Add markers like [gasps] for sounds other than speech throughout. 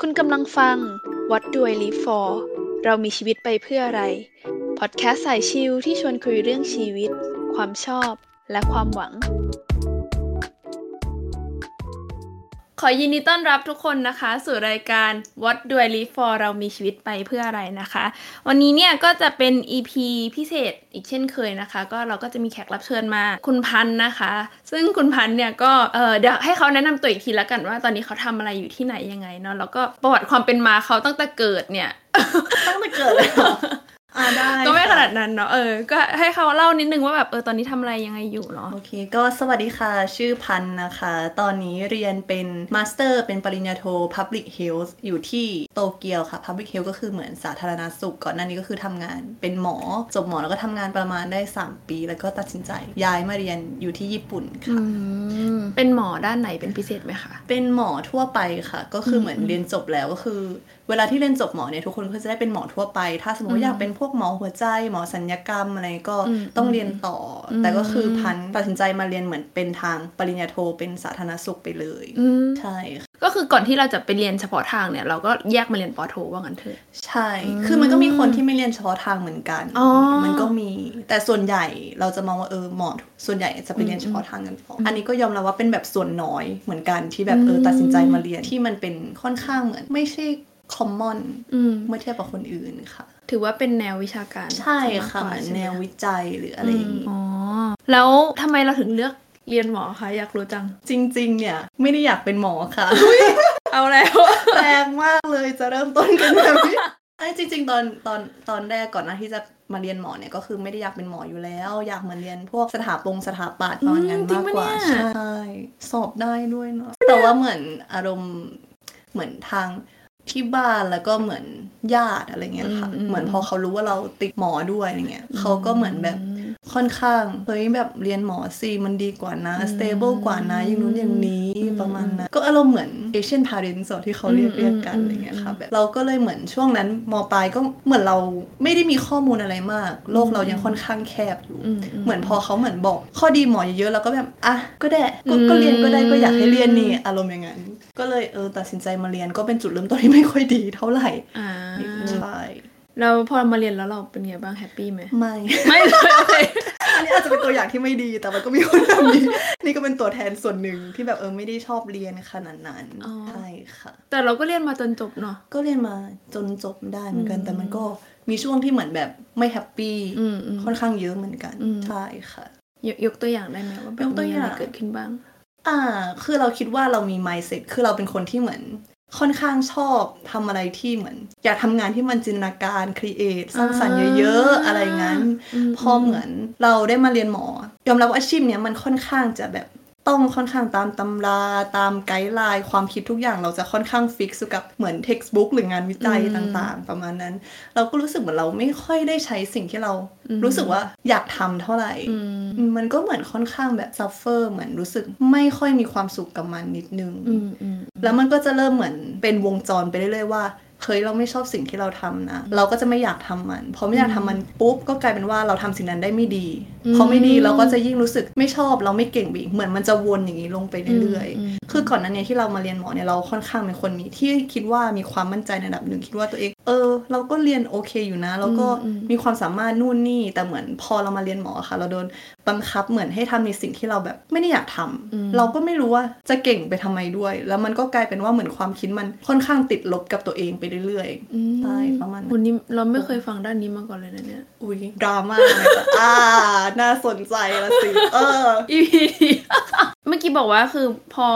คุณกำลังฟัง What Do I Live For เรามีชีวิตไปเพื่ออะไร พอดแคสต์สายชิลที่ชวนคุยเรื่องชีวิต ความชอบและความหวัง ขอยินดีต้อนรับทุกคนนะคะ สู่รายการ What Do I Live For เรามีชีวิตไปเพื่ออะไรนะคะ วันนี้เนี่ยก็จะเป็น EP พิเศษอีกเช่นเคยนะคะ ก็เราก็จะมีแขกรับเชิญมาคุณพันธ์นะคะ ซึ่งคุณพันธ์เนี่ยก็เออเดี๋ยวให้เขาแนะนำตัวอีกทีละกันว่าตอนนี้เขาทำอะไรอยู่ที่ไหนยังไงเนาะแล้วก็ประวัติความเป็นมาเขาตั้งแต่เกิดเนี่ย ตั้งแต่เกิดเลยเหรออ่าได้ ก็ไม่ขนาด ค่ะ นั้นเนาะเออ ก็ให้เขาเล่านิดนึงว่าแบบเออตอนนี้ทำอะไรยังไงอยู่เนาะ โอเค ก็สวัสดีค่ะ ชื่อพันธ์นะคะ ตอนนี้เรียนเป็นมาสเตอร์เป็นปริญญาโท Public Health อยู่ที่โตเกียวค่ะ Public Health ก็คือเหมือนสาธารณสุข ก่อนหน้านี้ก็คือทำงานเป็นหมอ จบหมอแล้วก็ทำงานประมาณได้ 3 ปี แล้วก็ตัดสินใจ ย้ายมาเรียนอยู่ที่ญี่ปุ่นค่ะ เป็นหมอด้านไหนเป็นพิเศษไหมคะ เป็นหมอทั่วไปค่ะ ก็คืออ ม เหมือนเรียนจบแล้วก็คือ เวลาที่เรียนจบหมอเนี่ยทุกคนก็จะได้เป็นหมอทั่วไป ถ้าสมมติว่าอยากเป็นพวกหมอหัวใจ หมอสัญญกรรมอะไรก็ อืม ต้องเรียนต่ออ ม แต่ก็คือพันธุ์ตัดสินใจมาเรียนเหมือนเป็นทางปริญญาโทเป็นสาธารณสุขไปเลย อืม ใช่ค่ะ ก็คือก่อนที่เราจะไปเรียนเฉพาะทางเนี่ย เราก็แยกมาเรียนปอโทว่างั้นเถอะ ใช่ อืม คือมันก็มีคนที่ไม่เรียนเฉพาะทางเหมือนกัน อ๋อ มันก็มี แต่ส่วนใหญ่เราจะมองว่าเออหมอส่วนใหญ่จะไปเรียนเฉพาะทางกันต่อออันนี้ก็ยอมรับว่าเป็นแบบส่วนน้อยเหมือนกันที่แบบเออ ม ตัดสินใจมาเรียนที่มันเป็นค่อนข้างเหมือน ไม่ใช่ common อืม เมื่อเทียบกับคนอื่นค่ะ ถือว่าเป็นแนววิชาการ ใช่ มากก ค่ะ ว่า เหมือน ใช่ไหม แนววิจัยหรืออะไรอย่างนี้ อ๋อแล้วทำไมเราถึงเลือกเรียนหมอคะอยากรู้จัง จริง ๆ เนี่ย ไม่ได้อยากเป็นหมอค่ะ เอาแล้ว แปลกมากเลยจะเริ่มต้นกันแบบนี้ [laughs] ไอ้ยจริง ๆ ตอนตอนตอนแรกก่อนหนะที่จะมาเรียนหมอเนี่ยก็คือไม่ได้อยากเป็นหมออยู่แล้ว อยากมาเรียนพวกสถาปงสถาปัตย์ประมาณนั้น อืมจริง มาก ปะ กว่า เนี่ย ใช่สอบได้ด้วยเนาะแต่ว่าเหมือนอารมณ์เหมือนทางที่บ้านแล้วก็เหมือนญาติอะไรเงี้ยค่ะ อืมอืม เหมือนพอเขารู้ว่าเราติดหมอด้วยอะไรเงี้ยเขาก็เหมือนแบบ ค่อนข้างเฮ้ยแบบเรียนหมอสิมันดีกว่านะ อืม stable กว่านะอย่างนู้นอย่างนี้ประมาณนั้นก็อารมณ์เหมือน Asian parents อะที่เขาเรียก อืม เรียกกัน อืม อะไรเงี้ยค่ะ อืม แบบเราก็เลยเหมือนช่วงนั้นมปลายก็เหมือนเราไม่ได้มีข้อมูลอะไรมาก โลกเรายังค่อนข้างแคบอยู่ อืมอืม เหมือนพอเขาเหมือนบอก ข้อดีหมอเยอะๆเราก็แบบอ่ะก็ได้ก็ อืม ก็เรียนก็ได้ก็อยากให้เรียนนี่อารมณ์อย่างนั้น ก็เลยเออตัดสินใจมาเรียนก็เป็นจุดเริ่มต้นที่ไม่ค่อยดีเท่าไหร่ อ่า ใช่ เราพอมาเรียนแล้วเราเป็นไงบ้างแฮปปี้ไหม ไม่ ไม่เลย [laughs] โอเค อันนี้อาจจะเป็นตัวอย่างที่ไม่ดีแต่มันก็มีคนแบบนี้ [laughs] นี่ก็เป็นตัวแทนส่วนหนึ่งที่แบบเออไม่ได้ชอบเรียนขนาดนั้น อ๋อ ใช่ค่ะ แต่เราก็เรียนมาจนจบเนาะ ก็เรียนมาจนจบได้เหมือนกัน อืม แต่มันก็มีช่วงที่เหมือนแบบไม่แฮปปี้ อืมอืม ค่อนข้างเยอะเหมือนกัน อืม ใช่ค่ะ ยกยกตัวอย่างได้ไหมว่าแบบ ยกตัว มีอะไร อย่าง เกิดขึ้นบ้าง อ่า คือเราคิดว่าเรามี mindset คือเราเป็นคนที่เหมือนค่อนข้างชอบทำอะไรที่เหมือน อยากทำงานที่มันจินตนาการครีเอทสร้างสรรค์เยอะ ๆ อะไรงั้น อืม พอเหมือนเราได้มาเรียนหมอยอมรับว่าอาชีพเนี้ยมันค่อนข้างจะแบบต้องค่อนข้างตามตำราตามไกด์ไลน์ความคิดทุกอย่างเราจะค่อนข้างฟิกซ์กับเหมือนเท็กซ์บุ๊กหรืองานวิจัย อืม ต่างๆ ประมาณนั้น เราก็รู้สึกเหมือนเราไม่ค่อยได้ใช้สิ่งที่เรารู้สึกว่าอยากทำเท่าไหร่ อืม อืมมันก็เหมือนค่อนข้างแบบซัฟเฟอร์เหมือนรู้สึกไม่ค่อยมีความสุขกับมันนิดนึง อืมอืม แล้วมันก็จะเริ่มเหมือนเป็นวงจรไปเรื่อยๆว่าเฮ้ยเราไม่ชอบสิ่งที่เราทำนะ เราก็จะไม่อยากทำมันพอไม่อยากทำมันปุ๊บก็กลายเป็นว่าเราทำสิ่งนั้นได้ไม่ดี อืม พอไม่ดีเราก็จะยิ่งรู้สึกไม่ชอบเราไม่เก่งไปอีกเหมือนมันจะวนอย่างนี้ลงไปเรื่อย อืม ๆคือก่อนหนั้นเนี่ยที่เรามาเรียนหมอเนี่ยเราค่อนข้างเป็นคนมีที่คิดว่ามีความมั่นใจในระดับหนึ่งคิดว่าตัวเอง เออ เราก็เรียนโอเคอยู่นะ แล้วก็มีความสามารถนู่นนี่แต่เหมือนพอเรามาเรียนหมอค่ะ เราโดนบังคับเหมือนให้ทำในสิ่งที่เราแบบไม่ได้อยากทำ อืม เรา ก็ไม่รู้ว่าจะเก่งไปทำไมด้วย แล้วมันก็กลายเป็นว่าเหมือนความคิดมันค่อนข้างติดลบกับตัวเองไปเรื่อย อืม ใช่ประมาณนั้น วันนี้เราไม่เคยฟังด้านนี้มาก่อนเลยนะเนี่ย ๆ อุ้ยดราม่าอะไรแบบ [laughs] อ่า น่าสนใจละสิ เออ EP เมื่อกี้บอกว่าคือพอ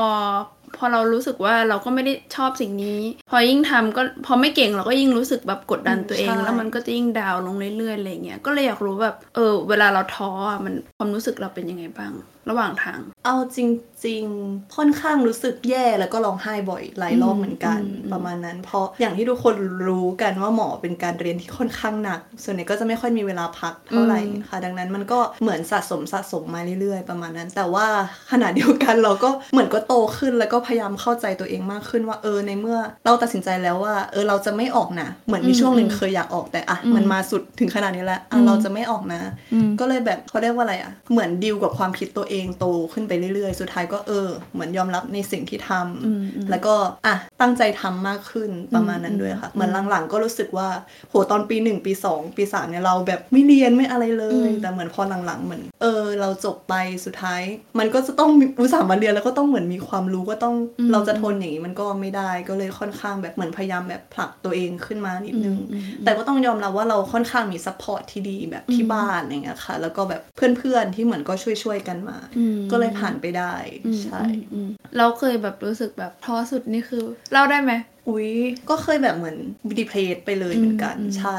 พอเรารู้สึกว่าเราก็ไม่ได้ชอบสิ่งนี้ พอยิ่งทำก็พอไม่เก่งเราก็ยิ่งรู้สึกแบบกดดันตัวเอง ใช่ แล้วมันก็จะยิ่งดาวน์ลงเรื่อยๆอะไรเงี้ยก็เลยอยากรู้แบบเออ เวลาเราท้ออะมันความรู้สึกเราเป็นยังไงบ้าง ระหว่างทาง เอาจริง ๆ ค่อนข้างรู้สึกแย่แล้วก็ร้องไห้บ่อยหลายรอบเหมือนกัน อืมอืม ประมาณนั้น เพราะอย่างที่ทุกคนรู้กันว่าหมอเป็นการเรียนที่ค่อนข้างหนัก ส่วนใหญ่ก็จะไม่ค่อยมีเวลาพักเท่าไหร่ค่ะ ดังนั้นมันก็เหมือนสะสมสะสมมาเรื่อยๆ ประมาณนั้น แต่ว่าขณะเดียวกันเราก็เหมือนก็โตขึ้นแล้วก็พยายามเข้าใจตัวเองมากขึ้นว่าเออในเมื่อเราตัดสินใจแล้วว่า เออเราจะไม่ออกนะ เหมือนมีช่วงหนึ่งเคยอยากออกแต่อ่ะมันมาสุดถึงขนาดนี้แล้วอ่ะเราจะไม่ออกนะ อืม ก็เลยแบบเขาเรียกว่าอะไรอ่ะ เหมือนดิวกับความคิดตัวเอง เองโตขึ้นไปเรื่อยๆ สุดท้ายก็เออ เหมือนยอมรับในสิ่งที่ทำ อืมอืม แล้วก็อ่ะตั้งใจทำมากขึ้นประมาณนั้ อื น ม ด้วยค่ะ อืม เหมือนหลังๆ ก็รู้สึกว่าโหตอนปีหนึ่งปีสองปีสามเนี่ยเราแบบไม่เรียนไม่อะไรเล อื ย ม แต่เหมือนพอหลังๆเหมือนเออ เราจบไปสุดท้าย มันก็จะต้องมีอุตส่าห์มาเรียนแล้วก็ต้องเหมือนมีความรู้ก็ต้อง อืม เราจะทนอย่างนี้มันก็ไม่ได้ก็เลยค่อนข้างแบบเหมือนพยายามแบบผลักตัวเองขึ้นมานิดนึง อืมอืม แต่ก็ต้องยอมรับว่าเราค่อนข้างมีซัพพอร์ตที่ดีแบบที่ อืม บ้านอะไรเงี้ยค่ะ แล้วก็แบบเพื่อนๆที่เหมือนก็ช่วยๆกันมา อืม ก็เลยผ่านไปได้ อืม ใช่ อืมอืมเราเคยแบบรู้สึกแบบท้อสุดนี่คือเล่าได้ไหม อุ้ยก็เคยแบบเหมือนดีเพลสไปเลย อืม เหมือนกัน อืม ใช่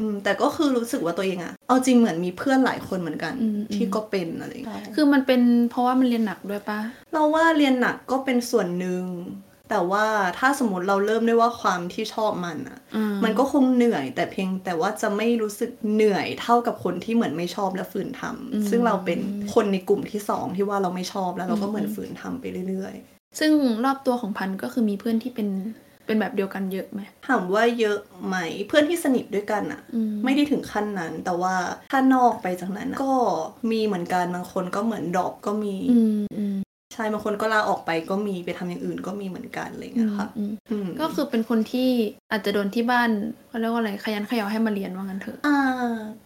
อืมแต่ก็คือรู้สึกว่าตัวเองอะเอาจริงเหมือนมีเพื่อนหลายคนเหมือนกัน อืม ที่ก็เป็นอะไรอย่างเงี้ย คือมันเป็นเพราะว่ามันเรียนหนักด้วยปะ เราว่าเรียนหนักก็เป็นส่วนหนึ่ง แต่ว่าถ้าสมมติเราเริ่มด้วยว่าความที่ชอบมันอะ มันก็คงเหนื่อยแต่เพียงแต่ว่าจะไม่รู้สึกเหนื่อยเท่ากับคนที่เหมือนไม่ชอบและฝืนทำ อืม ซึ่งเราเป็นคนในกลุ่มที่สองที่ว่าเราไม่ชอบแล้วเราก็เหมือนฝืนทำไปเรื่อย ซึ่งรอบตัวของพันธุ์ก็คือมีเพื่อนที่เป็นเป็นแบบเดียวกันเยอะไหม ๆถามว่าเยอะไหมเพื่อนที่สนิทด้วยกันอะ อื ไม่ได้ถึงขั้นนั้น แต่ว่าถ้านอกไปจากนั้นอะก็มีเหมือนกันบางคนก็เหมือนดรอปก็มี อืมอืม ใช่บางคนก็ลาออกไปก็มีไปทำอย่างอื่นก็มีเหมือนกันอะไรอย่าง อื เงี้ ม ยค่ะ อืม อืม ก็คือเป็นคนที่อาจจะโดนที่บ้านเขาเรียกว่าอะไรขยันขยอให้มาเรียนว่างั้นเถอะ อ่า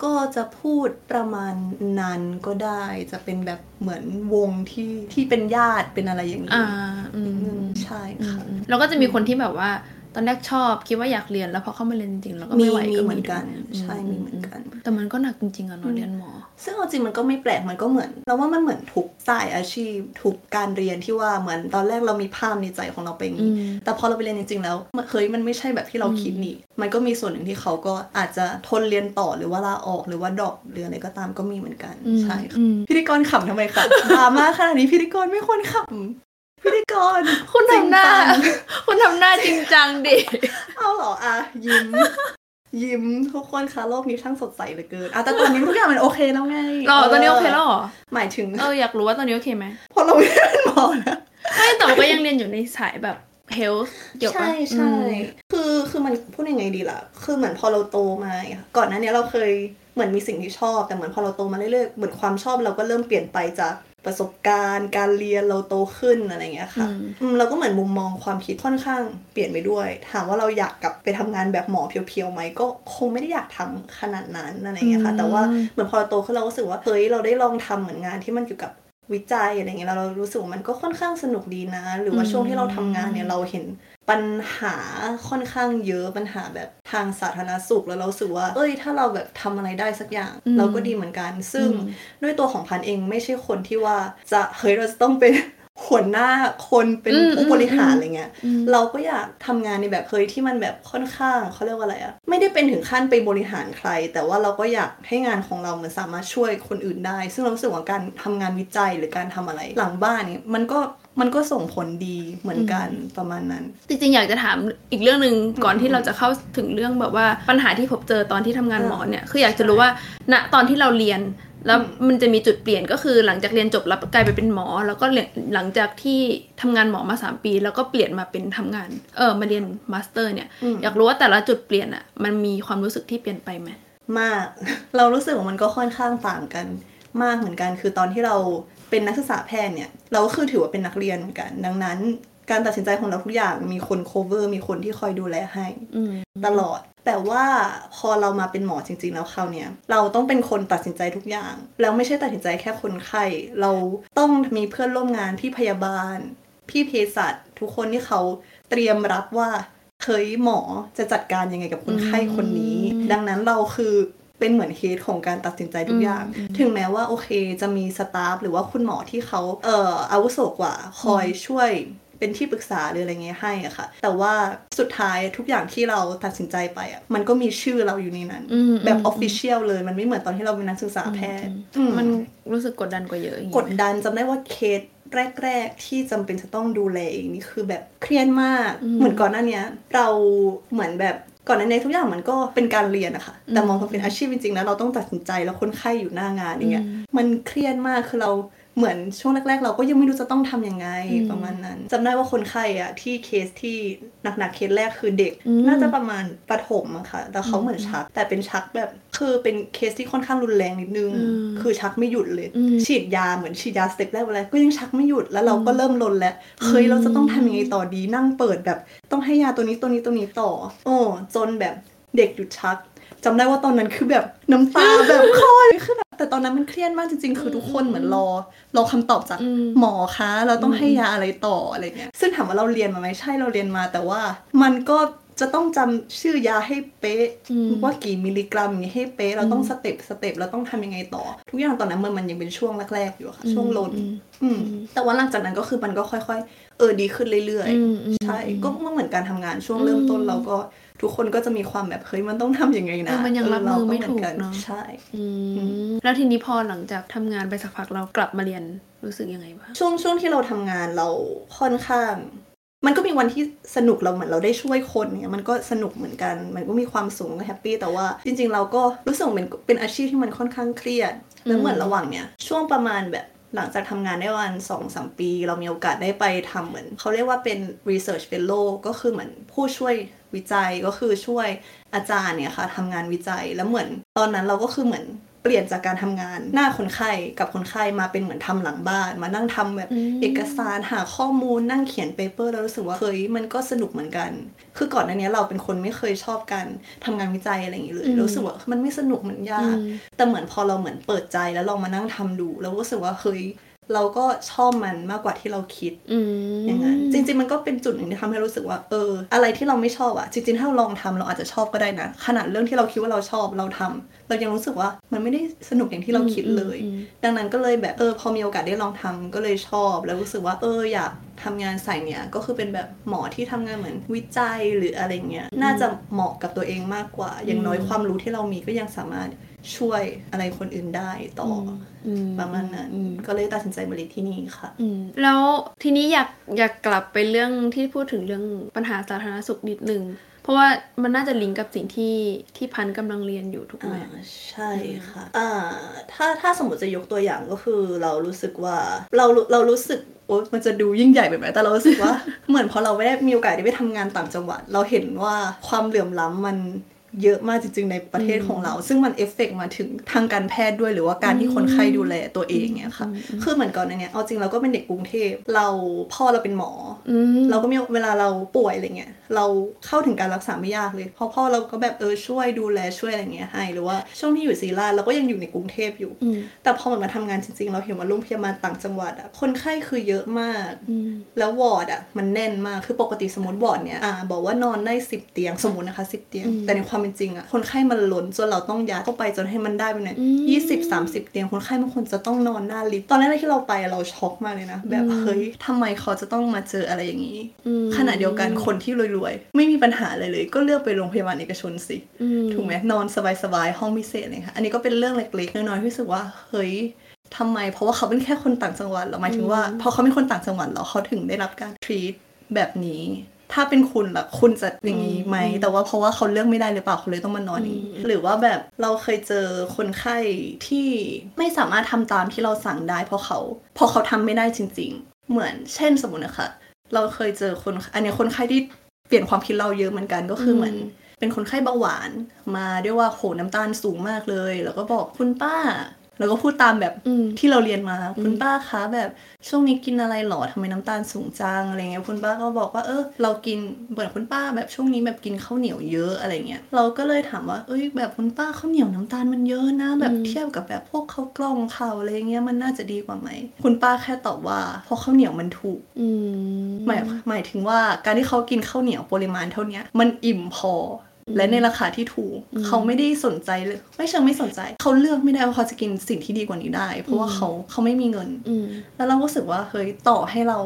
ก็จะพูดประมาณนั้นก็ได้ จะเป็นแบบเหมือนวงที่ที่เป็นญาติเป็นอะไรอย่างนี้ อ่าอืม อืมใช่ อืม ค่ะ อืมแล้วก็จะมีคนที่แบบว่าตอนแรกชอบคิดว่าอยากเรียนแล้วพอเข้ามาเรียนจริงๆแล้วก็ มี ไม่ไหว มี ก็ เหมือนกัน อื ใช่มีเหมือนกัน แต่มันก็หนักจริงๆอะเนอะเรียนหมอ ซึ่งเอาจริงมันก็ไม่แปลกมันก็เหมือนเราว่ามันเหมือนทุกสายอาชีพทุกการเรียนที่ว่าเหมือนตอนแรกเรามีภาพในใจของเราเป็นอย่างนี้ อืม แต่พอเราไปเรียนจริงๆแล้วมันเฮ้ยมันไม่ใช่แบบที่เราคิดนี่มันก็มีส่วนหนึ่งที่เขาก็อาจจะทนเรียนต่อหรือว่าลาออกหรือว่าดรอปหรืออะไรก็ตามก็มีเหมือนกัน อืม ใช่ค่ะ อืม พิธีกรขำทำไมคะ ดราม่าขนาดนี้พิธีกรไม่ควรขำพิธีกร คุณ จริง ทำหน้า จัง คุณทำหน้าจริงจังดิ เอาเหรออะยิ้ม ยิ้มทุกคนคะโลกนี้ช่างสดใสเหลือเกินอะแต่ตอนนี้ทุกอย่างมันโอเคแล้วไง หรอตอนนี้โอเคแล้วเหรอ หมายถึง [laughs] เอออยากรู้ว่าตอนนี้โอเคไหม เพราะเราไม่ได้เป็นหมอนะ ไม่แต่ว่าก็ยังเรียนอยู่ในสายแบบเฮลท์เกี่ยวกับ ใช่ใช่คือคือมันพูดยังไงดีล่ะ คือเหมือนพอเราโตมาอะก่อนหน้านี้เราเคยเหมือนมีสิ่งที่ชอบ แต่เหมือนพอเราโตมาเรื่อยๆเหมือนความชอบเราก็เริ่มเปลี่ยนไปจากประสบการณ์ การเรียนเราโตขึ้นอะไรอย่างเงี้ยค่ะ อืม อืมเราก็เหมือนมุมมองความคิดค่อนข้างเปลี่ยนไปด้วย ถามว่าเราอยากกลับไปทำงานแบบหมอเพียวๆไหมก็คงไม่ได้อยากทำขนาดนั้นอะไรอย่างเงี้ยค่ะ อืม แต่ว่าเหมือนพอเราโตขึ้นเราก็รู้สึกว่าเฮ้ยเราได้ลองทำเหมือนงานที่มันเกี่ยวกับวิจัยอะไรเงี้ยแล้วเรารู้สึกว่ามันก็ค่อนข้างสนุกดีนะ หรือว่าช่วงที่เราทำงานเนี่ยเราเห็นปัญหาค่อนข้างเยอะปัญหาแบบทางสาธารณสุขแล้วเรารู้สึกว่า เอ้ย ถ้าเราแบบทำอะไรได้สักอย่าง อืม เราก็ดีเหมือนกัน ซึ่ง อืม ด้วยตัวของพันเองไม่ใช่คนที่ว่าจะเฮ้ยเราจะต้องเป็น [laughs] หัวหน้าคนเป็น อืม ผู้บริหาร อืม อะไรเงี้ย อืม เราก็อยากทำงานในแบบเฮ้ยที่มันแบบค่อนข้างเขาเรียกว่าอะไรอะไม่ได้เป็นถึงขั้นไปบริหารใคร แต่ว่าเราก็อยากให้งานของเรามันสามารถช่วยคนอื่นได้ ซึ่งเรารู้สึกว่าการทำงานวิจัยหรือการทำอะไร หลังบ้านเนี่ยมันก็มันก็ส่งผลดีเหมือนกันประมาณนั้น จริงๆอยากจะถามอีกเรื่องหนึ่งก่อนที่เราจะเข้าถึงเรื่องแบบว่าปัญหาที่พบเจอตอนที่ทำงานหมอเนี่ยคืออยากจะรู้ว่าณตอนที่เราเรียน แล้วมันจะมีจุดเปลี่ยนก็คือหลังจากเรียนจบแล้วกลายไปเป็นหมอ แล้วก็เรียนหลังจากที่ทำงานหมอมาสามปี แล้วก็เปลี่ยนมาเป็นทำงานเออมาเรียนมาสเตอร์เนี่ย อืม อยากรู้ว่าแต่ละจุดเปลี่ยนอะมันมีความรู้สึกที่เปลี่ยนไปไหม มาก [laughs] เรารู้สึกว่ามันก็ค่อนข้างต่างกันมากเหมือนกัน คือตอนที่เราเป็นนักศึกษาแพทย์เนี่ย เราก็คือถือว่าเป็นนักเรียนเหมือนกัน ดังนั้น การตัดสินใจของเราทุกอย่างมีคน cover มีคนที่คอยดูแลให้ อืม ตลอด แต่ว่าพอเรามาเป็นหมอจริง ๆ แล้วคราวเนี้ยเราต้องเป็นคนตัดสินใจทุกอย่าง แล้วไม่ใช่ตัดสินใจแค่คนไข้เราต้องมีเพื่อนร่วมงานพี่พยาบาล พี่เภสัชทุกคนที่เขาเตรียมรับว่าเคยหมอจะจัดการยังไงกับคนไข้คนนี้ อืม ดังนั้นเราคือเป็นเหมือนเฮดของการตัดสินใจทุกอย่าง ถึงแม้ว่าโอเคจะมีสตาฟหรือว่าคุณหมอที่เขาเอ่ออาวุโสกว่าคอยช่วยเป็นที่ปรึกษาหรืออะไรเงี้ยให้อะค่ะ แต่ว่าสุดท้ายทุกอย่างที่เราตัดสินใจไปอะมันก็มีชื่อเราอยู่ในนั้น อืม แบบ ม ออฟฟิเชียลเลยมันไม่เหมือนตอนที่เราเป็นนักศึกษาแพทย์อืม มันรู้สึกกดดันกว่าเยอะอย่างงี้ กดดันจำได้ว่าเคสแรก ๆ ที่จำเป็นจะต้องดูแลเองนี่คือแบบเครียดมาก เหมือนก่อนหน้าเนี้ย เราเหมือนแบบก่อนหน้านี้ทุกอย่างมันก็เป็นการเรียนอะค่ะแต่มองมันเป็นอาชีพจริงๆนะเราต้องตัดสินใจแล้วคนไข้อยู่หน้างานอย่างเงี้ยมันเครียดมากคือเราเหมือนช่วงแรก ๆ เราก็ยังไม่รู้จะต้องทำยังไงประมาณนั้นจำได้ว่าคนไข้อะที่เคสที่หนักๆเคสแรกคือเด็ก น่าจะประมาณประถมอะค่ะแต่เขาเหมือนชักแต่เป็นชักแบบ คือเป็นเคสที่ค่อนข้างรุนแรงนิดนึง อืม คือชักไม่หยุดเลย อืม ฉีดยาเหมือนฉีดยาสเต็ปแรกไปแล้วก็ยังชักไม่หยุดแล้วเราก็ อืม เริ่มลนแล้วเฮ้ย อืม เราจะต้องทำยังไงต่อดีนั่งเปิดแบบต้องให้ยาตัวนี้ตัวนี้ตัวนี้ต่อ โอ้จนแบบเด็กหยุดชักจำได้ว่าตอนนั้นคือแบบน้ำตา แบบ [laughs] คลอเลยคือแบบแต่ตอนนั้นมันเครียดมากจริง ๆ คือทุกคนเหมือนรอรอคำตอบจาก อืม หมอคะเราต้อง อืม ให้ยาอะไรต่ออะไรเงี้ย ซึ่งถามว่าเราเรียนมาไหมใช่เราเรียนมา แต่ว่ามันก็จะต้องจำชื่อยาให้เป๊ะ อืม ว่ากี่มิลลิกรัมอย่างเงี้ยให้เป๊ะเราต้อง อืม สเต็ปสเต็ปเราต้องทำยังไงต่อ ทุกอย่างตอนนั้นมันมันยังเป็นช่วงแรกๆอยู่อะค่ะ อืม ช่วงลน อืม อืมแต่ว่าหลังจากนั้นก็คือมันก็ค่อยๆ เออดีขึ้นเรื่อย อืมอืม ๆใช่ก็ก็เหมือนการทำงานช่วง อืม เริ่มต้นเราก็ทุกคนก็จะมีความแบบเฮ้ยมันต้องทำยังไงนะ เออมันยังรับมือไม่ถูก ออรหอ เนอะ ใช่ อืมแล้วทีนี้พอหลังจากทำงานไปสักพักเรากลับมาเรียนรู้สึกยังไงบ้าง ช่วงช่วงที่เราทำงานเราค่อนข้าง มันก็มีวันที่สนุกเราเหมือนเราได้ช่วยคนเนี่ยมันก็สนุกเหมือนกัน มันก็มีความสูงก็แฮปปี้แต่ว่าจริง ๆ เราก็รู้สึกเป็นเป็นอาชีพที่มันค่อนข้างเครียดแล้วเหมือนระหว่างเนี่ยช่วงประมาณแบบหลังจากทำงานได้วันสองสามปี เรามีโอกาสได้ไปทำเหมือนเขาเรียกว่าเป็น research fellow ก็คือเหมือนผู้ช่วยวิจัยก็คือช่วยอาจารย์เนี่ยค่ะทำงานวิจัยแล้วเหมือน ตอนนั้นเราก็คือเหมือน เปลี่ยนจากการทำงานหน้าคนไข้กับคนไข้มาเป็นเหมือนทำหลังบ้าน มานั่งทำแบบ อืม เอกสารหาข้อมูลนั่งเขียนเปเปอร์แล้วรู้สึกว่าเฮ้ยมันก็สนุกเหมือนกัน คือก่อนหน้านี้เราเป็นคนไม่เคยชอบการทำงานวิจัยอะไรอย่างนี้เลยรู้สึกว่ามันไม่สนุกเหมือนยาก แต่เหมือนพอเราเหมือนเปิดใจแล้วลองมานั่งทำดู แล้วรู้สึกว่าเฮ้ยเราก็ชอบมันมากกว่าที่เราคิด อืม อย่างนั้นจริงๆมันก็เป็นจุดหนึ่งที่ทำให้รู้สึกว่าเออ อะไรที่เราไม่ชอบอะจริงๆถ้าเราลองทำเราอาจจะชอบก็ได้นะ ขนาดเรื่องที่เราคิดว่าเราชอบเราทำเรายังรู้สึกว่ามันไม่ได้สนุกอย่างที่เราคิดเลย อืมอืม ดังนั้นก็เลยแบบเออพอมีโอกาสได้ลองทำก็เลยชอบ แล้วรู้สึกว่าเอออยากทำงานสายเนี้ยก็คือเป็นแบบหมอที่ทำงานเหมือนวิจัยหรืออะไรเงี้ยน่าจะเหมาะกับตัวเองมากกว่า อย่างน้อยความรู้ที่เรามีก็ยังสามารถช่วยอะไรคนอื่นได้ต่ออ อืม ประมาณนั้น อืม ก็เลยตัดสินใจมาเรียนที่นี่ค่ะ อืมแล้วทีนี้อยากอยากกลับไปเรื่องที่พูดถึงเรื่องปัญหาสาธารณสุขนิดนึง เพราะว่ามันน่าจะลิงก์กับสิ่งที่ที่พันกำลังเรียนอยู่ถูกไหม อ่าใช่ค่ะอ่าถ้าถ้าสมมติจะยกตัวอย่างก็คือเรารู้สึกว่าเราเรารู้สึกโอ๊ยมันจะดูยิ่งใหญ่ไปไหมแต่เรารู้สึกว่า [laughs] เหมือนพอเราไม่ได้มีโอกาสได้ไปทำงานต่างจังหวัด เราเห็นว่าความเหลื่อมล้ำมันเยอะมากจริง ๆ ในประเทศ อืม ของเรา ซึ่งมันเอฟเฟกมาถึงทางการแพทย์ด้วยหรือว่าการที่คนไข้ดูแลตัวเองเนี่ยค่ะ อืมอืม คือเหมือนก่อนอันเนี้ยเอาจริงเราก็เป็นเด็กกรุงเทพเราพ่อเราเป็นหมอ อืม เราก็มีเวลาเราป่วยอะไรเงี้ยเราเข้าถึงการรักษาไม่ยากเลยเพราะพ่อเราก็แบบเออช่วยดูแลช่วยอะไรเงี้ยให้หรือว่าช่วงที่อยู่ศรีราชเราก็ยังอยู่ในกรุงเทพอยู่ อืม แต่พอมันมาทำงานจริงๆ เราเห็นว่าโรงพยาบาลต่างจังหวัดอะคนไข้คือเยอะมาก อืม แล้ววอร์ดอะมันแน่นมากคือปกติสมมติวอร์ดเนี่ยอ่าบอกว่านอนได้ 10 เตียงสมมตินะคะ 10 เตียง อืม แต่ในความเป็นจริงอะคนไข้มันล้นจนเราต้องย้ายเข้าไปจนให้มันได้เป็นเนี่ย อืม ยี่สิบสามสิบเตียงคนไข้บางคนจะต้องนอนหน้าลิฟต์ตอนแรกๆที่เราไปอะเราช็อกมากเลยนะ แบบ อืม เฮ้ยทำไมเขาจะต้องมาเจออะไรอย่างนี้ อืม ขณะเดียวกันคนที่รวยๆ ไม่มีปัญหาอะไรเลย ก็เลือกไปโรงพยาบาลเอกชนสิ อื ถูกไหมนอนสบายๆ ห้องพิเศษเลยค่ะอันนี้ก็เป็นเรื่องเล็กๆ น้อยๆที่รู้สึกว่าเฮ้ยทำไม เพราะว่าเขาเป็นแค่คนต่างจังหวัดเหรอหมายถึงว่าพอเขาเป็นคนต่างจังหวัดเหรอเขาถึงได้รับการ treat แบบนี้ ถ้าเป็นคุณล่ะคุณจะอย่างนี้ไหมแต่ว่าเพราะว่าเขาเลือกไม่ได้หรือเปล่าเขาเลยต้องมานอนอย่างนี้หรือว่าแบบเราเคยเจอคนไข้ที่ไม่สามารถทำตามที่เราสั่งได้ เพราะเขาเพอเขาทำไม่ได้จริง ๆ เหมือนเช่นสมมตินะคะเราเคยเจอคนอันเนี้ยคนไข้ที่เปลี่ยนความคิดเราเยอะเหมือนกันก็คือเหมือน เป็นคนไข้เบาหวานมาด้วยว่าโหน้ำตาลสูงมากเลย แล้วก็บอกคุณป้า แล้วก็พูดตามแบบ อืม ที่เราเรียนมาคุณป้าคะแบบช่วงนี้กินอะไรหรอทำไมน้ำตาลสูงจังอะไรเงี้ยคุณป้าก็บอกว่าเออเรากินเหมือนคุณป้าแบบช่วงนี้แบบกินข้าวเหนียวเยอะอะไรเงี้ยเราก็เลยถามว่าเอ้ยแบบคุณป้าข้าวเหนียวน้ำตาลมันเยอะนะ แบบ อืม เทียบกับแบบพวกข้าวกล้องข้าวอะไรเงี้ยมันน่าจะดีกว่าไหมคุณป้าแค่ตอบว่าเพราะข้าวเหนียวมันถูก อืม หมายหมายถึงว่าการที่เขากินข้าวเหนียวปริมาณเท่าเนี้ยมันอิ่มพออและในราคาที่ถูก อืม เขาไม่ได้สนใจเลยไม่เชิงไม่สนใจ เขาเลือกไม่ได้ว่าเขาจะกินสิ่งที่ดีกว่านี้ได้ เพราะว่า อืม เขาเขาไม่มีเงิน อืม แล้วเราก็รู้สึกว่าเฮ้ยต่อให้เรา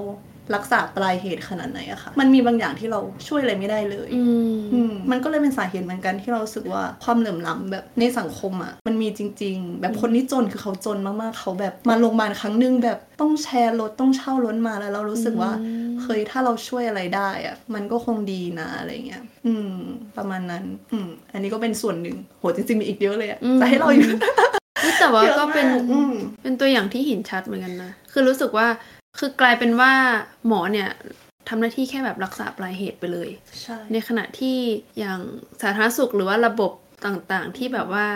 รักษาปลายเหตุขนาดไหนอะค่ะ มันมีบางอย่างที่เราช่วยอะไรไม่ได้เลย อืม อืมมันก็เลยเป็นสาเหตุเหมือนกันที่เรารู้สึกว่าความเหลื่อมล้ำแบบในสังคมอะมันมีจริง ๆ แบบคนที่จนคือเขาจนมากๆเขาแบบมาโรงพยาบาลครั้งหนึงแบบต้องแชร์รถต้องเช่ารถมาแล้วเรารู้สึกว่า อืม เคยถ้าเราช่วยอะไรได้อะมันก็คงดีนะอะไรเงี้ย อืม ประมาณนั้น อืม อันนี้ก็เป็นส่วนหนึ่งโหจริงๆมีอีกเยอะเลยอะ อืม จะให้เราอยู่ อุ๊ยแต่ว่า เยอะ ก็เป็น มากอืม เป็นตัวอย่างที่เห็นชัดเหมือนกันนะ คือรู้สึกว่าคือกลายเป็นว่าหมอเนี่ยทำหน้าที่แค่แบบรักษาปลายเหตุไปเลย ใช่ ในขณะที่อย่างสาธารณสุขหรือว่าระบบ ต่างๆ ที่แบบว่า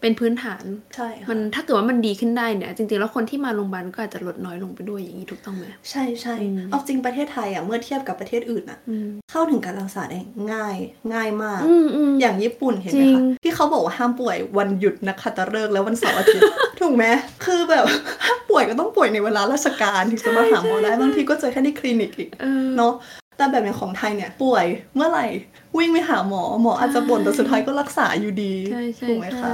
เป็นพื้นฐาน ใช่ค่ะ มันถ้าเกิดว่ามันดีขึ้นได้เนี่ย จริงๆ แล้วคนที่มาโรงพยาบาลก็อาจจะลดน้อยลงไปด้วยอย่างนี้ถูกต้องไหม ใช่ใช่ อืม เอาจริงประเทศไทยอ่ะเมื่อเทียบกับประเทศอื่นอ่ะ อืม เข้าถึงการรักษาได้ง่ายง่ายมาก อืมอืม อย่างญี่ปุ่นเห็นไหจมริ คะ ง ที่เขาบอกว่าห้ามป่วยวันหยุดนะคะตะเลิกษ์แล้ววันเสาร์อาทิตย์ [laughs] ถูกไหมคือแบบ [laughs] ห้ามป่วยก็ต้องป่วยในเวลาราชการถึงจะมาหาหมอได้บางทีก็เจอแค่ที่คลินิกอีก เออ เนาะแต่แบบอย่างของไทยเนี่ยป่วยเมื่อไหร่วิ่งไปหาหมอหมออาจจะบ่นแต่สุดท้ายก็รักษาอยู่ดี ใช่ใช่ ถูกไหมคะ ใช่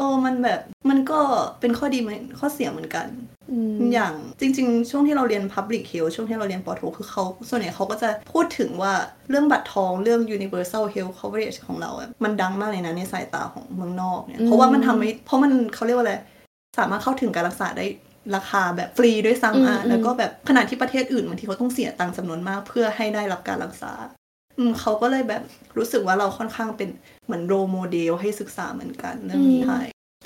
เออมันแบบมันก็เป็นข้อดีเหมือนข้อเสียเหมือนกัน อืม อย่างจริง ๆ ช่วงที่เราเรียน Public Health ช่วงที่เราเรียนปอโทคือเขาส่วนใหญ่เขาก็จะพูดถึงว่าเรื่องบัตรทองเรื่อง universal health coverage ของเราอะมันดังมากเลยนะในสายตาของเมืองนอกเนี่ย อืม เพราะว่ามันทำให้เพราะมันเขาเรียกว่าอะไร สามารถเข้าถึงการรักษาได้ราคาแบบฟรีด้วยซ้ำอ่ะแล้วก็แบบขณะที่ประเทศอื่นบางทีเขาต้องเสียตังค์จำนวนมากเพื่อให้ได้รับการรักษา อืมเขาก็เลยแบบรู้สึกว่าเราค่อนข้างเป็นเหมือนโรโมเดลให้ศึกษาเหมือนกันเรื่องนี้ใช่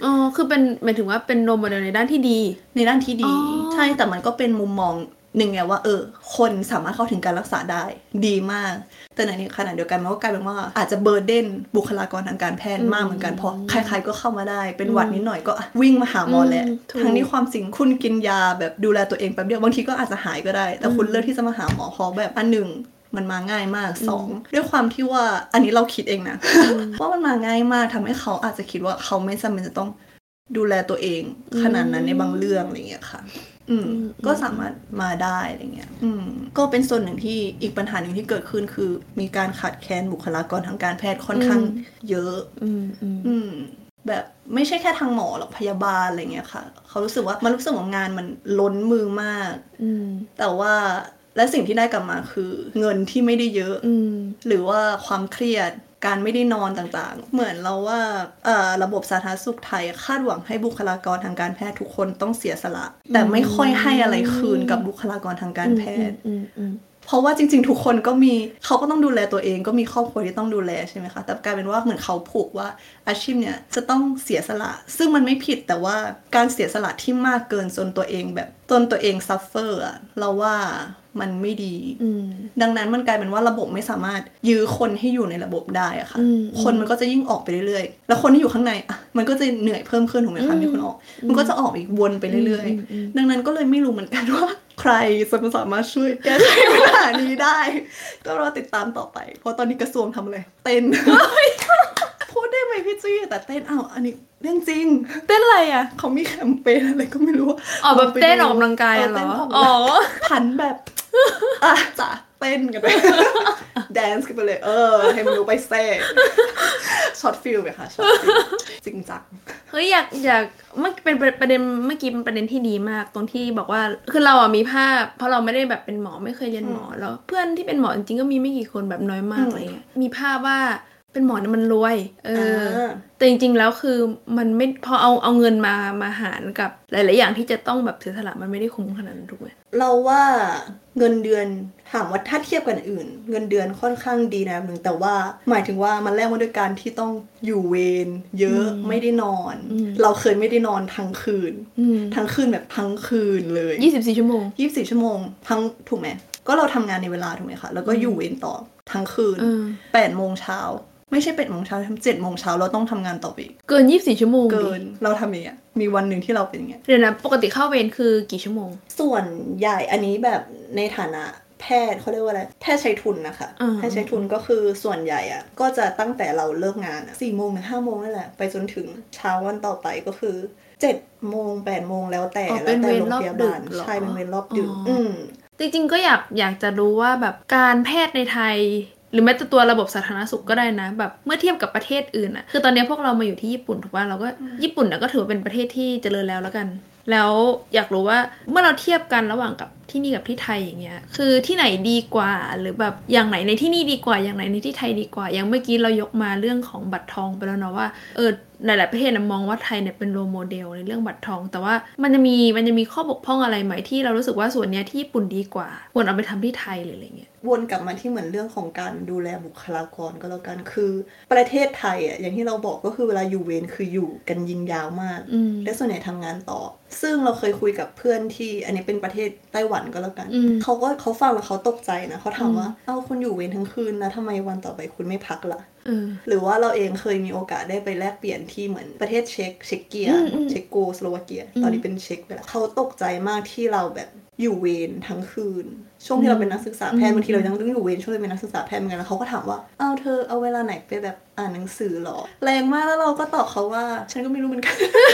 อ๋อคือเป็นหมายถึงว่าเป็นโรลโมเดลในด้านที่ดี ในด้านที่ อ๋ ดี อ ใช่แต่มันก็เป็นมุมมองหนึ่งไงว่า เออ คนสามารถเข้าถึงการรักษาได้ดีมาก แต่ในขณะเดียวกันมันก็กลายเป็นว่าอาจจะเบอร์เดนบุคลากรทางการแพทย์มากเหมือนกันเพราะใครๆก็เข้ามาได้เป็นหวัดนิดหน่อยก็อ่ะวิ่งมาหาหมอแหละ อืมถูก ทั้งนี้ความจริงคุณกินยาแบบดูแลตัวเองแป๊บเดียวบางทีก็อาจจะหายก็ได้ แต่คุณ อืม เลือกที่จะมาหาหมอเพราะแบบอันหนึ่งมันมาง่ายมากสองด้วยความที่ว่าอันนี้เราคิดเองนะ ว่ามันมาง่ายมากทำให้เขาอาจจะคิดว่าเขาไม่จำเป็นจะต้องดูแลตัวเองขนาดนั้นในบางเรื่องอะไรอย่างเงี้ยค่ะ อืม อืม ก็สามารถมาได้อะไรเงี้ย อืม ก็เป็นส่วนหนึ่งที่อีกปัญหาหนึ่งที่เกิดขึ้นคือ มีการขาดแคลนบุคลากรทางการแพทย์ค่อนข้างเยอะ อืมอืม อืม แบบไม่ใช่แค่ทางหมอหรอกพยาบาลอะไรเงี้ยค่ะ เขารู้สึกว่ามันรู้สึกว่างานมันล้นมือมาก อืม แต่ว่าและสิ่งที่ได้กลับมาคือ เงินที่ไม่ได้เยอะ อืม หรือว่าความเครียดการไม่ได้นอนต่างๆ เหมือนเราว่าเอ่อระบบสาธารณสุขไทยคาดหวังให้บุคลากรทางการแพทย์ทุกคนต้องเสียสละ แต่ไม่ค่อยให้อะไรคืนกับบุคลากรทางการแพทย์ อืมอืม เพราะว่าจริง ๆ ทุกคนก็มีเขาก็ต้องดูแลตัวเองก็มีครอบครัวที่ต้องดูแลใช่ไหมคะแต่กลายเป็นว่าเหมือนเขาผูกว่าอาชีพเนี่ยจะต้องเสียสละ ซึ่งมันไม่ผิดแต่ว่าการเสียสละที่มากเกินจนตัวเองแบบจนตัวเองซัฟเฟอร์เราว่ามันไม่ดี อืม ดังนั้นมันกลายเป็นว่าระบบไม่สามารถยื้อคนให้อยู่ในระบบได้อะค่ะ อืม คนมันก็จะยิ่งออกไปเรื่อยๆ แล้วคนที่อยู่ข้างในอะมันก็จะเหนื่อยเพิ่มขึ้นถูกไหมคะ อืม มีคนออก มันก็จะออกอีกวนไปเรื่อย อืมอืม ๆ ดังนั้นก็เลยไม่รู้เหมือนกันว่า ใครจะสามารถช่วยแก้ไขปัญหานี้ได้ [laughs] ก็รอติดตามต่อไป เพราะตอนนี้กระทรวงทำอะไรเต้น พูดได้ไหมพี่จี้แต่เต้นอ้าวอันนี้เรื่องจริง เต้นอะไรอ่ะ เขามีแคมเปญอะไรก็ไม่รู้ะ อ๋อแบบเต้นออกกำลังกาย เอ อะ อ เหร เต้น อ ออกกำลังกาย อ๋อ พัน [laughs] แบบ อ่ะจ้ะเต้นกันไป แดนซ์กันไปเลย เออ ให้มันรู้ไปเซ่ช็อตฟิลไปค่ะช็อตฟิลจริงจัง เฮ้ยอยากอยากเมื่อเป็นประเด็นเมื่อกี้เป็นประเด็นที่ดีมากตรงที่บอกว่าคือเราอ่ะมีภาพ เพราะเราไม่ได้แบบเป็นหมอไม่เคยเรียนหมอแล้ว เพื่อนที่เป็นหมอจริงๆก็มีไม่กี่คนแบบน้อยมาก อืม อะไรเงี้ยมีภาพว่าเป็นหมอเนี่ยมันรวย เออ อ แต่จริงๆ แล้วคือมันไม่พอเอาเอาเงินมามาหารกับหลายๆอย่างที่จะต้องแบบเสียสละมันไม่ได้คุ้มขนาดนั้นถูกไหม เราว่าเงินเดือนถามว่าถ้าเทียบกันอื่น เงินเดือนค่อนข้างดีนะหนึ่งแต่ว่าหมายถึงว่ามันแลกมาด้วยการที่ต้องอยู่เวรเยอะ อืม ไม่ได้นอน อืม เราเคยไม่ได้นอนทั้งคืน อืม ทั้งคืนแบบทั้งคืนเลย ยี่สิบสี่ชั่วโมง ยี่สิบสี่ชั่วโมงทั้งถูกไหมก็เราทำงานในเวลาถูกไหมคะแล้วก็อยู่เวรต่อทั้งคืน อืม แปดโมงเช้าไม่ใช่แปดโมงเช้าทำเจ็ดโมงเช้าเราต้องทำงานต่อไปอีก เกินยี่สิบสี่ชั่วโมงดิ เกินเราทำอย่างเงี้ยมีวันหนึ่งที่เราเป็นอย่างเงี้ย เดี๋ยวนะปกติเข้าเวรคือกี่ชั่วโมง ส่วนใหญ่อันนี้แบบในฐานะแพทย์เขาเรียกว่าอะไรแพทย์ใช้ทุนนะคะ อ่า แพทย์ใช้ทุนก็คือส่วนใหญ่อะก็จะตั้งแต่เราเลิกงานอะสี่โมงถึงห้าโมงนั่นแหละไปจนถึงเช้าวันต่อไปก็คือเจ็ดโมงแปดโมงแล้วแต่ อ๋อ แล้ เป็ วนแต่ เวร โรง รอบ พยา ดึ บาก ล เหรอ ใช่เป็นเวรรอบดึก อ๋ออื อืม จริงๆก็อยากอยากจะรู้ว่าแบบการแพทย์ในไทย หรือแม้แต่ตัวระบบสาธารณสุขก็ได้นะ แบบเมื่อเทียบกับประเทศอื่นอะคือตอนนี้พวกเรามาอยู่ที่ญี่ปุ่นถูกป่ะเราก็ญี่ปุ่นน่ะก็ถือว่าเป็นประเทศที่เจริญแล้วแล้วกัน แล้วอยากรู้ว่าเมื่อเราเทียบกันระหว่างกับที่นี่กับที่ไทยอย่างเงี้ยคือที่ไหนดีกว่าหรือแบบอย่างไหนในที่นี่ดีกว่าอย่างไหนในที่ไทยดีกว่า อย่างเมื่อกี้เรายกมาเรื่องของบัตรทองไปแล้วเนาะว่าเออหลาย ๆ ประเทศนะมองว่าไทยเนี่ยเป็นโรลโมเดลในเรื่องบัตรทอง แต่ว่ามันจะมีมันจะมีข้อบกพร่องอะไรไหมที่เรารู้สึกว่าส่วนเนี้ยที่ญี่ปุ่นดีกว่าควรเอาไปทำที่ไทยหรืออะไรเงี้ย วนกลับมาที่เหมือนเรื่องของการดูแลบุคลากรก็แล้วกันคือ ประเทศไทยอ่ะอย่างที่เราบอกก็คือเวลาอยู่เวรคืออยู่กันยิงยาวมาก อืม และส่วนใหญ่ทำงานต่อ ซึ่งเราเคยคุยกับเพื่อนที่อันนี้เป็นประเทศไต้หวันก็แล้วกัน อืม เขาก็เขาฟังแล้วเขาตกใจนะเขาถามว่า อืม เอ้าคุณอยู่เวรทั้งคืนนะทำไมวันต่อไปคุณไม่พักล่ะ เออ หรือว่าเราเองเคยมีโอกาสได้ไปแลกเปลี่ยนที่เหมือนประเทศเช็กเช็กเกีย อื ร์ มอืม เช็กโกสโลวาเกีย ตอนนี้เป็นเช็กไปแล้วเขาตกใจมากที่เราแบบอยู่เวรทั้งคืน ช่วงที่เราเป็นนักศึกษาแพทย์ อืม บางทีเรายังต้องอยู่เวรช่วงเราเป็นนักศึกษาแพทย์เหมือนกันแล้วเขาก็ถามว่าเอาเธอเอาเวลาไหนไปแบบอ่านหนังสือหรอ แรงมากแล้วเราก็ตอบเขาว่า ฉันก็ไม่รู้เหมือนกัน [laughs]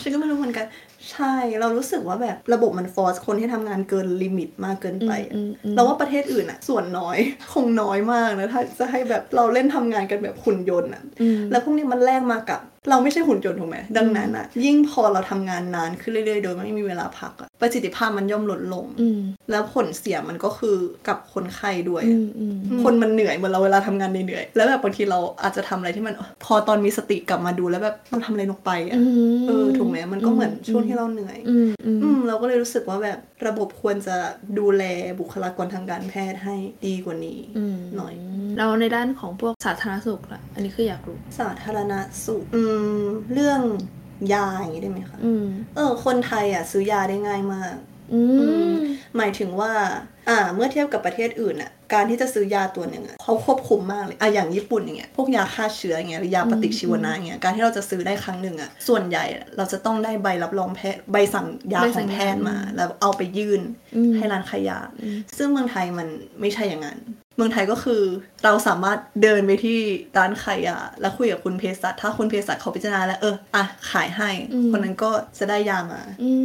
ฉันก็ไม่รู้เหมือนกัน ใช่เรารู้สึกว่าแบบระบบมันฟอร์สคนให้ทำงานเกินลิมิตมากเกินไปอะ อืมอืม เราว่าประเทศอื่นอะส่วนน้อย [laughs] คงน้อยมากนะถ้าจะให้แบบเราเล่นทำงานกันแบบหุ่นยนต์อะ อืม แล้วพวกนี้มันแลกมากับ เราไม่ใช่หุ่นยนต์ถูกไหมดังนั้นอะยิ่งพอเราทำงานนานขึ้นเรื่อยๆ โดยไม่มีเวลาพักอะประสิทธิภาพมันย่อมลดลง อืม แล้วผลเสียมันก็คือกับคนไข้ด้วย อืมอืม คนมันเหนื่อยเหมือนเราเวลาทำงานเหนื่อยๆแล้วแบบบางทีเราอาจจะทำอะไรที่มันพอตอนมีสติกลับมาดูแล้วแบบเราทำอะไรลงไปอะเออถูกไหมมันก็เหมือนช่วงที่เราเหนื่อย อืมอืม อืมเราก็เลยรู้สึกว่าแบบระบบควรจะดูแลบุคลากรทางการแพทย์ให้ดีกว่านี้ อืม หน่อย เราในด้านของพวกสาธารณสุขล่ะ อันนี้คืออยากรู้ สาธารณสุขอืมเรื่องยาอย่างนี้ได้ไหมคะ อืม เออ คนไทยอ่ะซื้อยาได้ง่ายมาก อืม หมายถึงว่า อ่า เมื่อเทียบกับประเทศอื่นอ่ะ การที่จะซื้อยาตัวหนึ่งอ่ะเขาควบคุมมากเลย อ่ะ อย่างญี่ปุ่นอย่างเงี้ย พวกยาฆ่าเชื้ออย่างเงี้ย หรือยาปฏิชีวนะอย่างเงี้ย การที่เราจะซื้อได้ครั้งหนึ่งอ่ะ ส่วนใหญ่อะเราจะต้องได้ใบรับรองแพทย์ ใบสั่งยา ใบ ข สั่ อง ง แพทย์มา อืม แล้วเอาไปยื่น อืม ให้ร้านขายยา ซึ่งเมืองไทยมันไม่ใช่อย่างนั้น เมืองไทยก็คือเราสามารถเดินไปที่ร้านขายยาแล้วคุยกับคุณเภสัช ถ้าคุณเภสัชเขาพิจารณาแล้ว เออ อ่ะ ขายให้ อืม คนนั้นก็จะได้ยามา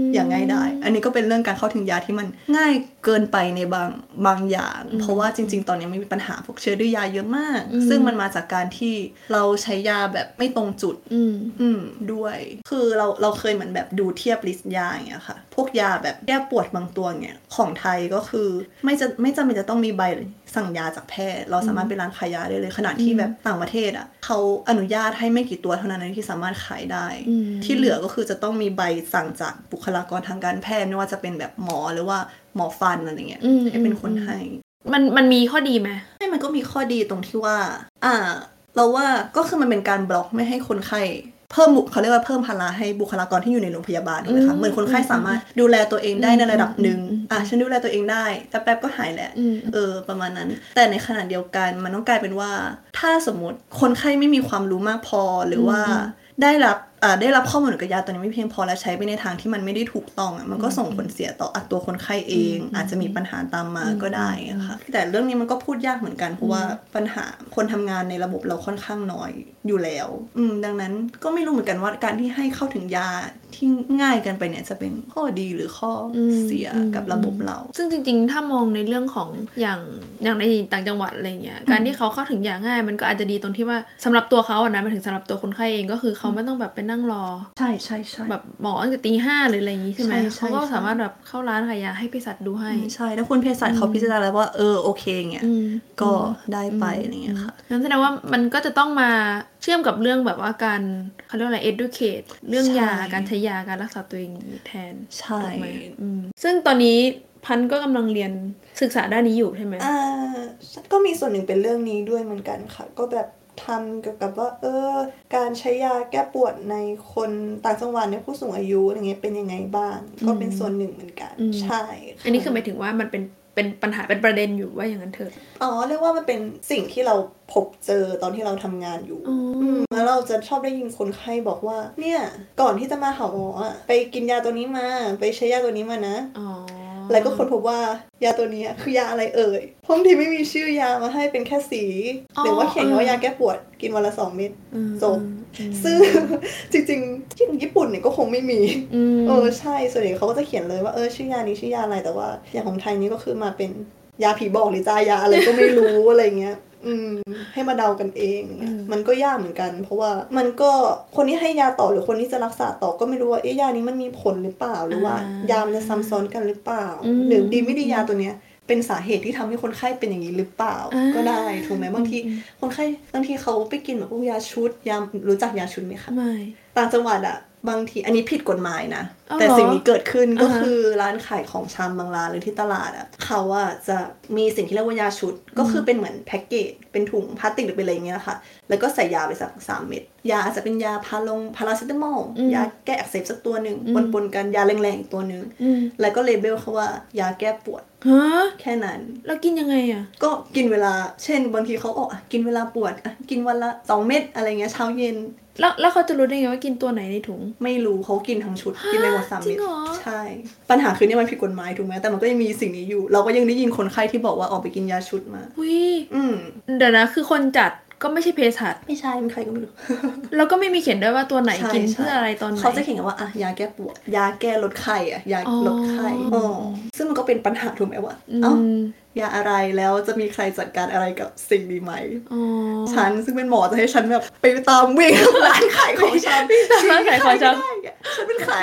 ม อย่างง่ายได้ อันนี้ก็เป็นเรื่องการเข้าถึงยาที่มันง่ายเกินไปในบางบางอย่าง อืม เพราะว่าจริง ๆ ตอนนี้มันมีปัญหาพวกเชื้อดื้อยาเยอะมาก อืม ซึ่งมันมาจากการที่เราใช้ยาแบบไม่ตรงจุด อืม อืมด้วย คือเราเราเคยเหมือนแบบดูเทียบลิสต์ยาอย่างเงี้ยค่ะ พวกยาแบบแก้ปวดบางตัวเนี่ยของไทยก็คือไม่จะไม่จำเป็นจะต้องมีใบสั่งยาจากแพทย์ เราสามารถไปร้านขายยาได้เลย ขนาดที่แบบต่างประเทศอ่ะเขาอนุญาตให้ไม่กี่ตัวเท่านั้นที่สามารถขายได้ อืม ที่เหลือก็คือจะต้องมีใบสั่งจากบุคลากรทางการแพทย์ไม่ว่าจะเป็นแบบหมอหรือว่าหมอฟันอะไรเงี้ย อืม ให้เป็นคนให้ มันมันมีข้อดีไหม ไม่มันก็มีข้อดีตรงที่ว่า อ่า เราว่าก็คือมันเป็นการบล็อกไม่ให้คนไข้เพิ่มบุเขาเรียกว่าเพิ่มภาระให้บุคลากรที่อยู่ในโรงพยาบาลถูกไหมคะ อืม เหมือนคนไข้สามารถดูแลตัวเองได้ในระดับหนึ่ง อืมอืม อ่ะฉันดูแลตัวเองได้แป๊บๆก็หายแหละ อืม เออประมาณนั้น แต่ในขณะเดียวกันมันต้องกลายเป็นว่า ถ้าสมมติคนไข้ไม่มีความรู้มากพอหรือว่า อืม ได้รับอ่าได้รับข้อมูลเกี่ยวกับยาตัวนี้ไม่เพียงพอและใช้ไปในทางที่มันไม่ได้ถูกต้องอ่ะมันก็ส่งผลเสียต่ออ่ะตัวคนไข้เอง อืม อาจจะมีปัญหาตามมา อืม ก็ได้อะค่ะแต่เรื่องนี้มันก็พูดยากเหมือนกันเพราะว่าปัญหาคนทำงานในระบบเราค่อนข้างน้อยอยู่แล้ว อืมดังนั้นก็ไม่รู้เหมือนกันว่าการที่ให้เข้าถึงยาที่ง่ายเกันไปเนี่ยจะเป็นข้อดีหรือข้ออ ม เสีย อืม กับระบบเรา ซึ่งจริงๆ ถ้ามองในเรื่องของอย่างอย่างในต่างจังหวัดอะไรเงี้ย การที่เขาเข้าถึงยาง่าย มันก็อาจจะดีตรงที่ว่าสำหรับตัวเขาอะนะหมายถึงสำหรับตัวคนไข้เองก็คือเขาไม่ต้องแบบไปนั่งรอ ใช่ใช่ใช่ แบบหมอตั้งแต่ตีห้าหรืออะไรอย่างงี้ใช่ไหม ใช่ใช่ เขาก็ ใช่ สามารถแบบเข้าร้านขายยาให้เภสัชดูให้ ใช่ถ้าคุณเภสัชเขาพิจารณาแล้วว่าเออโอเคเงี้ย อืม ก็ได้ไปอะไรเงี้ยค่ะ งั้นแสดงว่ามันก็จะต้องมาเชื่อมกับเรื่องแบบว่าการเขาเรียกว่าอะไร educate เรื่องยา ใช่ การใช้ยาการรักษาตัวเองแทน ใช่ ถูกไหมอืมซึ่งตอนนี้พันธุ์ก็กำลังเรียนศึกษาด้านนี้อยู่ใช่ไหม อ่าก็มีส่วนหนึ่งเป็นเรื่องนี้ด้วยเหมือนกันค่ะ ก็แบบทำเกี่ยวกับว่า เออ การใช้ยาแก้ปวดในคนต่างจังหวัดในผู้สูงอายุอะไรเงี้ยเป็นยังไงบ้าง ก็เป็นส่วนหนึ่งเหมือนกัน อืม ใช่ะ อันนี้คือหมายถึงว่ามันเป็นเป็นปัญหาเป็นประเด็นอยู่ว่าอย่างนั้นเถอะ อ๋อเรียกว่ามันเป็นสิ่งที่เราพบเจอตอนที่เราทำงานอยู่ อ๋ออื มแล้วเราจะชอบได้ยินคนไข้บอกว่า เนี่ยก่อนที่จะมาหาหมออะไปกินยาตัวนี้มา ไปใช้ยาตัวนี้มานะ อ๋อ แล้วก็ค้นพบว่ายาตัวนี้คือยาอะไรเอ่ยพร้อมที่ไม่มีชื่อยามาให้เป็นแค่สีหรือว่าเขียนว่ายาแก้ปวดกินวันละสองเม็ด อืม จบ อืม ซึ่ง [laughs] จริงๆที่ญี่ปุ่นเนี่ยก็คงไม่มี ม เออใช่ส่วนใหญ่เขาก็จะเขียนเลยว่าเออชื่อยานี้ชื่อยาอะไรแต่ว่าอย่างของไทยนี่ก็คือมาเป็นยาผีบอกหรือจายาอะไรก็ไม่รู้ อะไรเงี้ย อืม ให้มาเดากันเองเงี้ย อืม มันก็ยากเหมือนกัน เพราะว่ามันก็คนที่ให้ยาต่อหรือคนที่จะรักษาต่อก็ไม่รู้ว่าเอ๊ะยานี้มันมีผลหรือเปล่าหรือว่า ยามันจะซ้ำซ้อนกันหรือเปล่า หรือดีไม่ดียาตัวเนี้ย เป็นสาเหตุที่ทำให้คนไข้เป็นอย่างนี้หรือเปล่า ก็ได้ถูกไหมบางทีคนไข้บางทีเขาไปกินแบบพวกยาชุดยารู้จักยาชุดไหมคะ ไม่ ต่างจังหวัดอะบางทีอันนี้ผิดกฎหมายนะ อ๋อเหรอ แต่สิ่งนี้เกิดขึ้นก็ อ่าฮะ คือร้านขายของชำบางร้านหรือที่ตลาดอ่ะเขาอ่ะจะมีสิ่งที่เรียกว่ายาชุด ก็คือเป็นเหมือนแพ็กเกจเป็นถุงพลาสติกหรือเป็นอะไรอย่างเงี้ยค่ะ แล้วก็ใส่ยาไปสักสามเม็ดยาอาจจะเป็นยาพาลงพาราเซตามอล อืม ยาแก้อักเสบสักตัวหนึ่ง อืม ปนๆกันยาแรงๆอีกตัวหนึ่ง อืม แล้วก็เลเบลเขาว่ายาแก้ปวด ฮะ แค่นั้น แล้วกินยังไงอ่ะ ก็กินเวลา เช่น บางทีเขาออกอ่ะกินเวลาปวดอ่ะกินวันละสองเม็ดอะไรเงี้ยเช้าเย็น แล้วแล้วเขาจะรู้ได้ไงว่ากินตัวไหนในถุง ไม่รู้เขากินทั้ง [gasps] ชุด กินไปหมดสาม จริ เม็ด งเหรอ ใช่ ปัญหาคือเนี่ยมันผิดกฎหมายถูกไหมแต่มันก็ยังมีสิ่งนี้อยู่ เราก็ยังได้ยินคนไข้ที่บอกว่าออกไปกินยาชุดมา อุ้ย อืม เดี๋ยวนะ คือคนจัดก็ไม่ใช่เภสัช ไม่ใช่เป็นใครก็ไม่รู้ แล้วก็ไม่มีเขียนด้วยว่าตัวไหน ใช่ กิน ใช่ เพื่ออะไรตอนไหน เขาจะเขียนกันว่าอ่ะยาแก้ปวดยาแก้ลดไข้อ่ะยา อ๋อ ลดไข้อ๋อซึ่งมันก็เป็นปัญหาถูกไหมว่า อื เอ้าม ยาอะไรแล้วจะมีใครจัดการอะไรกับสิ่งนี้ไหม อ๋อ ฉันซึ่งเป็นหมอจะให้ฉันแบบไปตามวิ่งร้านขายของชำ ร้านขายของช ไม่ได้อะฉันเป็นใคร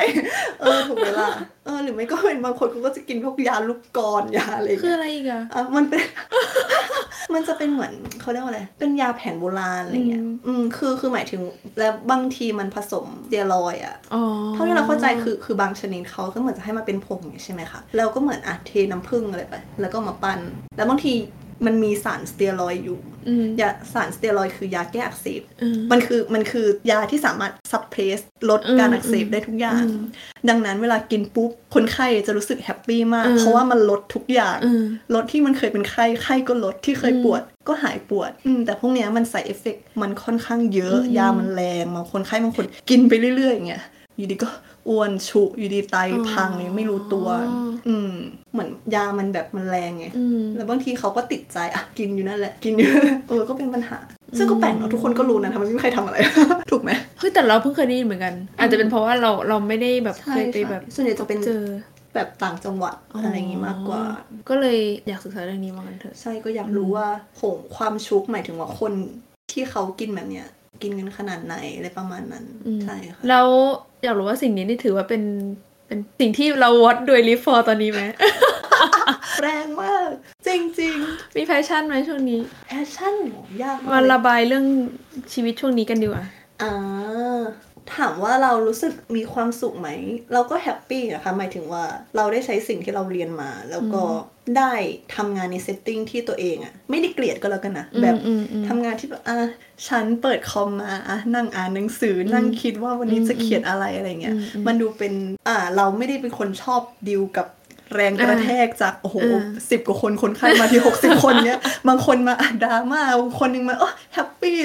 เออถูกไหมล่ะเออหรือไม่ก็เป็นบางคนเขาก็จะกินพวกยาลูกกรอนยาอะไรอย่าง ำคือ เงี้ย อะไรอีกอะ อ่ะมัน [laughs] เป็น มันจะเป็นเหมือนเขาเรียกว่าอะไรเป็นยาแผนโบราณอะไรเงี้ย อืม อืมคือคือหมายถึงแล้วบางทีมันผสมสเตียรอยด์อะ อ๋อ เท่าที่เราเข้าใจคือคือบางชนิดเขาก็เหมือนจะให้มาเป็นผงอย่างเงี้ยใช่ไหมคะแล้วก็เหมือนอ่ะเทน้ำผึ้งอะไรไป แล้วก็มาปั้น แล้วบางทีมันมีสารสเตียรอยด์อยู่ อืม ยาสารสเตียรอยด์คือยาแก้อักเสบ อืม มันคือมันคือยาที่สามารถซับเพรสลด อืม การอักเสบได้ทุกอย่าง อืม ดังนั้นเวลากินปุ๊บ คนไข้จะรู้สึกแฮปปี้มาก อืม เพราะว่ามันลดทุกอย่าง อืม ลดที่มันเคยเป็นไข้ไข้ก็ลดที่เคย อืม ปวดก็หายปวดอืมแต่พวกเนี้ยมันใส่เอฟเฟกต์มันค่อนข้างเยอะ อืม ยามันแรงบางคนไข้บางคนกินไปเรื่อยๆอย่างเงี้ยอยู่ดีก็อ้วนฉุอยู่ดีไต อ๋อ พังเลยไม่รู้ตัว อืมเหมือนยามันแบบมันแรงไง อืม แล้วบางทีเขาก็ติดใจอ่ะกินอยู่นั่นแหละ กินอยู่ เออก็เป็นปัญหา ซึ่งก็แปลกเนอะทุกคนก็รู้นะทำไมไม่มีใครทำอะไร [laughs] ถูกไหม เฮ้ยแต่เราเพิ่งเคยได้ยินเหมือนกัน อาจจะเป็นเพราะว่าเราเราไม่ได้แบบเคยไปแบบ ส่วนใหญ่จะเป็น เจอ แบบต่างจังหวัดอะไรอย่างงี้มากกว่า ก็เลยอยากศึกษาเรื่องนี้มากันเถอะ ใช่ก็อยากรู้ว่าโหงความชุกหมายถึงว่าคนที่เขากินแบบเนี้ยกินกันขนาดไหนอะไรประมาณนั้น อืม ใช่ค่ะ แล้วอยากรู้ว่าสิ่งนี้นี่ถือว่าเป็นเป็นสิ่งที่เราวัดโดวยรีฟอร์ตอนนี้ไหม แรงมาก จริง มีแพชชั่นไหมช่วงนี้ ๆแพชชั่นหรอยามามกากเลย ระบายเรื่องชีวิตช่วงนี้กันดีกว่า อ่าถามว่าเรารู้สึกมีความสุขไหม เราก็แฮปปี้นะคะ หมายถึงว่าเราได้ใช้สิ่งที่เราเรียนมา แล้วก็ได้ทำงานในเซตติ้งที่ตัวเองอะไม่ได้เกลียดก็แล้วกันนะแบบ อืมอืม ทำงานที่แบบอ่ะฉันเปิดคอมมาอ่ะนั่งอ่านหนังสืออนั่งคิดว่าวันนี้จะเขียนอะไรอะไรเงี้ย อืมอืม มันดูเป็นอ่ะเราไม่ได้เป็นคนชอบดิวกับแรงกระแทกจาก โอ้โห อ่า สิบกว่าคนคนไข้มาที่ หกสิบคน [laughs] เนี้ย บางคนมาอ่ะดราม่าบางคนหนึงมาเออแฮปปี้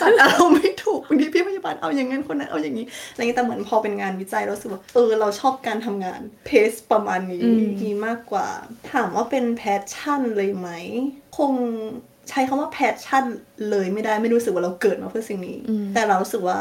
จัดอารมณ์ไม่ถูกบางทีพี่พยาบาลเอาอย่างนั้นคนนั้นเอาอย่างนี้อะไรเงี้ยแต่เหมือนพอเป็นงานวิจัยเรารู้สึกว่าเออเราชอบการทำงานเพสประมาณนี้ อืม มีมากกว่า ถามว่าเป็นแพชชั่นเลยไหม คงใช้คำว่าแพชชั่นเลยไม่ได้ไม่รู้สึกว่าเราเกิดมาเพื่อสิ่งนี้ อืม แต่เรารู้สึกว่า